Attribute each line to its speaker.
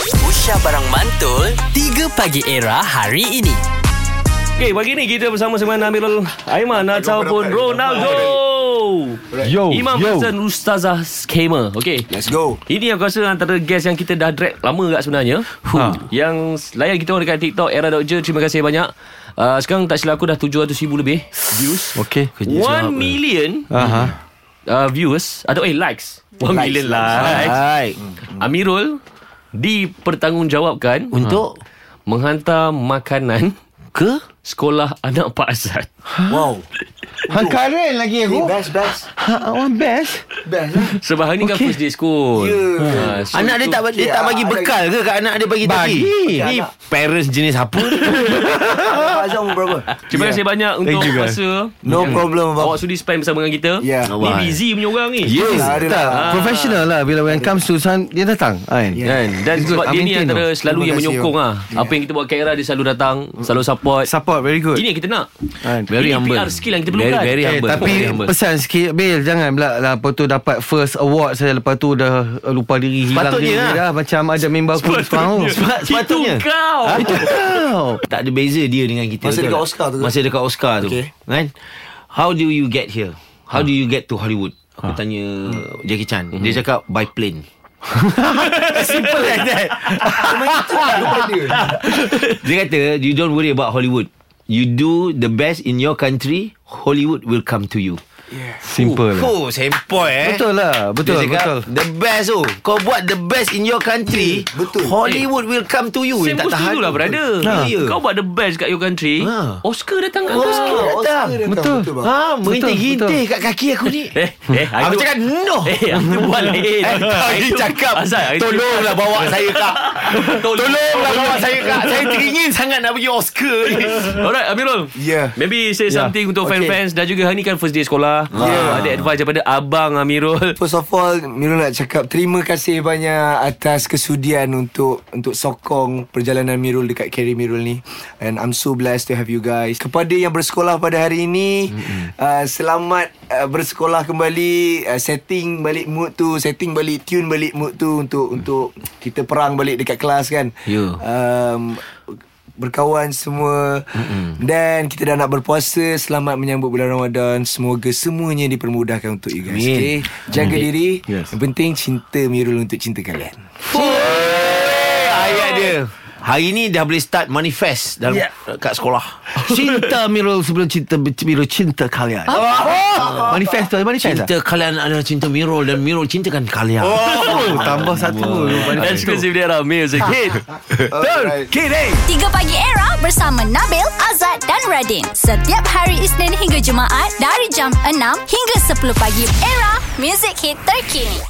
Speaker 1: Aisyah Barang Mantul 3 Pagi Era hari ini
Speaker 2: Okey, pagi ni kita bersama dengan Amirul Aiman ataupun Ronaldo.
Speaker 3: Yo,
Speaker 2: Imam
Speaker 3: Oh, yo.
Speaker 2: Hassan Ustazah Skamer. Okey.
Speaker 4: Let's go.
Speaker 2: Ini aku rasa antara guest yang kita dah drag lama kat sebenarnya. Ha. Yang layan kita orang dekat TikTok Era Dodger. Terima kasih banyak. Uh, sekarang tak silap aku dah 700 ribu lebih views.
Speaker 3: Okey.
Speaker 2: 1 million
Speaker 3: Aha.
Speaker 2: uh, viewers atau eh likes. lah, 1 million likes.
Speaker 3: Hai.
Speaker 2: eh. Hmm, Amirul dipertanggungjawabkan
Speaker 3: Untuk?
Speaker 2: menghantar makanan
Speaker 3: Ke?
Speaker 2: sekolah anak Pak Azad.
Speaker 4: Wow.
Speaker 3: Hang karen lagi
Speaker 4: Hey,
Speaker 3: aku.
Speaker 4: best, best.
Speaker 3: Ha, awak best.
Speaker 4: Best lah.
Speaker 2: Sebab hari ni kan first day school. Yeah. Ha, so
Speaker 5: Anak dia tak dia
Speaker 4: Ya,
Speaker 5: tak bagi
Speaker 4: anak
Speaker 5: bekal ke kat anak dia bagi tadi?
Speaker 3: Bagi.
Speaker 5: Ni
Speaker 4: Anak.
Speaker 5: parents jenis apa?
Speaker 4: Abang Azam umur berapa?
Speaker 2: Terima kasih banyak untuk
Speaker 3: Thank you, guys.
Speaker 2: masa
Speaker 4: No
Speaker 2: yang
Speaker 4: problem, abang.
Speaker 2: Awak sudi spend bersama dengan kita.
Speaker 4: Yeah.
Speaker 2: Ni busy punya orang ni.
Speaker 5: Ya.
Speaker 4: Ada Oh,
Speaker 3: Yes.
Speaker 4: lah, ada
Speaker 3: Tak,
Speaker 4: lah.
Speaker 3: professional lah bila when comes to sun dia datang. Kan?
Speaker 2: Kan? Dan
Speaker 3: It's good.
Speaker 2: sebab dia ni
Speaker 3: Amintin
Speaker 2: antara selalu
Speaker 4: Terima
Speaker 2: yang
Speaker 4: kasih,
Speaker 2: menyokong
Speaker 4: Om.
Speaker 2: ah. Apa yang kita buat kat Era dia selalu datang, selalu support.
Speaker 3: Support very good.
Speaker 2: Ini yang kita nak.
Speaker 3: Kan?
Speaker 2: Ini PR skill yang kita perlukan.
Speaker 5: Very, very
Speaker 3: Eh,
Speaker 5: humble.
Speaker 3: tapi
Speaker 5: very humble.
Speaker 3: pesan sikit Bil jangan pula lah, Lepas tu dapat first award Saya lepas tu dah eh, Lupa diri hilang
Speaker 5: Sepatutnya
Speaker 3: diri
Speaker 5: lah. Oh.
Speaker 3: dah Macam ada member aku Sepatutnya
Speaker 5: Sepat- sepatutnya.
Speaker 2: Itu kau.
Speaker 3: Itu kau
Speaker 5: tak ada beza dia dengan kita.
Speaker 4: Masa
Speaker 5: betul
Speaker 4: dekat
Speaker 5: tak?
Speaker 4: Oscar tu ke?
Speaker 5: Masa dekat Oscar tu.
Speaker 4: Okay.
Speaker 5: Kan? How do you get here? How do you get to Hollywood? Aku tanya Jackie Chan. Dia cakap by plane. Simple like that. lah, Dia kata you don't worry about Hollywood. You do the best in your country, Hollywood will come to you.
Speaker 3: Simple lah
Speaker 5: Oh, sempoi eh.
Speaker 3: Betul lah Betul
Speaker 5: Dia cakap
Speaker 3: betul
Speaker 5: The best tu Kau buat the best in your country
Speaker 4: Yeah, betul.
Speaker 5: Hollywood will come to you
Speaker 2: Same
Speaker 5: Tak
Speaker 2: tak
Speaker 5: tahan
Speaker 2: lah brother
Speaker 5: Ha.
Speaker 2: ha. Kau buat the best kat your country
Speaker 5: Ha.
Speaker 2: Oscar datang kat
Speaker 5: Wow.
Speaker 2: Oscar
Speaker 4: Oscar dia datang, Oh,
Speaker 3: Betul.
Speaker 4: lah. betul, bang.
Speaker 5: Ha
Speaker 3: Betul,
Speaker 5: Mengintih-intih kat kaki aku ni
Speaker 2: Eh, eh,
Speaker 5: Aku cakap no
Speaker 2: Eh, aku buat lain
Speaker 5: Eh, kau ni
Speaker 2: Itu-
Speaker 5: cakap
Speaker 2: Azad, itu-
Speaker 5: Tolonglah bawa
Speaker 2: eh,
Speaker 5: saya kak Tolonglah bawa saya kak Saya teringin sangat nak pergi Oscar ni
Speaker 2: Alright Amirul
Speaker 5: Ya.
Speaker 4: Yeah.
Speaker 2: Maybe say
Speaker 3: Yeah.
Speaker 2: something Untuk
Speaker 4: Okay.
Speaker 2: fan-fans Dan juga hari ni kan First day sekolah yeah.
Speaker 5: Ya.
Speaker 2: Ada advice daripada Abang Amirul
Speaker 4: First of all, Miro nak cakap terima kasih banyak atas kesudian untuk untuk sokong perjalanan Mirul dekat Carry Mirul ni. And I'm so blessed to have you guys. Kepada yang bersekolah pada hari ini, uh, selamat uh, bersekolah kembali, uh, setting balik mood tu, setting balik tune balik mood tu untuk untuk kita perang balik dekat kelas kan.
Speaker 5: Ya.
Speaker 4: Um, berkawan semua mm dan kita dah nak berpuasa selamat menyambut bulan Ramadan semoga semuanya dipermudahkan untuk you guys
Speaker 5: Amin.
Speaker 4: okay? Jaga diri
Speaker 3: Yes.
Speaker 4: Yang penting cinta Mirul untuk cinta kalian
Speaker 5: Ayat dia Hari ni dah boleh start manifest dalam
Speaker 2: Ya.
Speaker 5: yeah. kat sekolah.
Speaker 3: Cinta Mirul sebelum cinta Mirul cinta kalian. Oh, manifesto, manifesto.
Speaker 5: Cinta kalian adalah cinta Mirul dan Mirul cintakan kalian.
Speaker 3: Oh, tambah satu. Manifesto.
Speaker 2: Exclusive dia dalam Music
Speaker 5: Ha.
Speaker 2: Hit
Speaker 4: Alright.
Speaker 6: 3 Pagi Era bersama Nabil, Azad dan Radin. Setiap hari Isnin hingga Jumaat dari jam 6 hingga 10 pagi. Era, music hit terkini.